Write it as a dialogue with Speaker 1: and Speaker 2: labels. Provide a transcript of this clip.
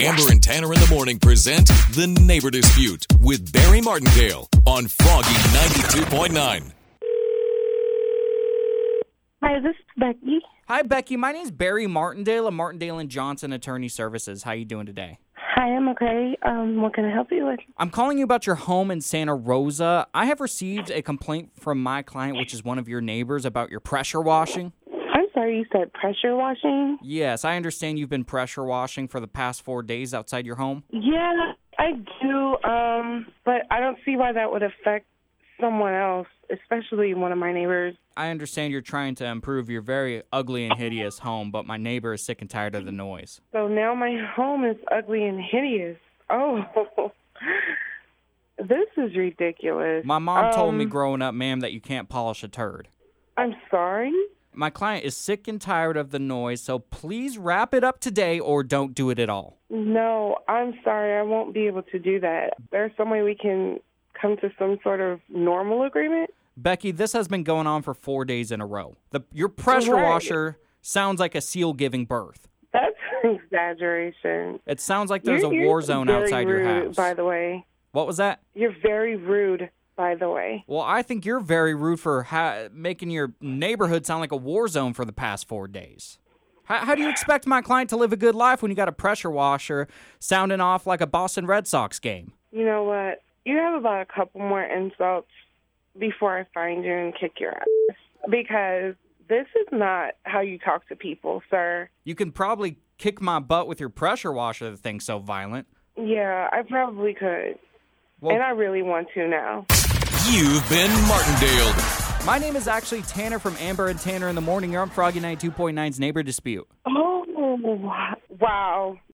Speaker 1: Amber and Tanner in the morning present The Neighbor Dispute with Barry Martindale on Froggy 92.9.
Speaker 2: Hi, this is Becky.
Speaker 3: Hi, Becky. My name's Barry Martindale of Martindale and Johnson Attorney Services. How you doing today?
Speaker 2: Hi, I'm okay. Um, what can I help you with?
Speaker 3: I'm calling you about your home in Santa Rosa. I have received a complaint from my client, which is one of your neighbors, about your pressure washing.
Speaker 2: I'm sorry, you said pressure washing?
Speaker 3: Yes, I understand you've been pressure washing for the past four days outside your home.
Speaker 2: Yeah, I do. Um, but I don't see why that would affect someone else, especially one of my neighbors.
Speaker 3: I understand you're trying to improve your very ugly and hideous home, but my neighbor is sick and tired of the noise.
Speaker 2: So now my home is ugly and hideous. Oh, this is ridiculous.
Speaker 3: My mom told me
Speaker 2: Um,
Speaker 3: growing up, ma'am, that you can't polish a turd.
Speaker 2: I'm sorry.
Speaker 3: My client is sick and tired of the noise, so please wrap it up today or don't do it at all.
Speaker 2: No, I'm sorry. I won't be able to do that. There's some way we can come to some sort of normal agreement?
Speaker 3: Becky, this has been going on for four days in a row. The, your pressure
Speaker 2: Right.
Speaker 3: washer sounds like a seal giving birth.
Speaker 2: That's an exaggeration.
Speaker 3: It sounds like there's
Speaker 2: You're-
Speaker 3: a
Speaker 2: you're
Speaker 3: war zone
Speaker 2: very
Speaker 3: outside
Speaker 2: rude,
Speaker 3: your house.
Speaker 2: By the way,
Speaker 3: what was that?
Speaker 2: you're very rude. By the way,
Speaker 3: Well, I think you're very rude for ha- making your neighborhood sound like a war zone for the past four days. How, how do you expect my client to live a good life when you got a pressure washer sounding off like a Boston Red Sox game?
Speaker 2: you know what? You have about a couple more insults before I find you and kick your ass because this is not how you talk to people, sir.
Speaker 3: You can probably kick my butt with your pressure washer, the thing's so violent.
Speaker 2: Yeah, I probably could,
Speaker 3: Well,
Speaker 2: and I really want to now.
Speaker 1: You've been Martindaled.
Speaker 3: My name is actually Tanner from Amber and Tanner in the Morning. You're on Froggy 92.9's Neighbor Dispute.
Speaker 2: Oh, wow!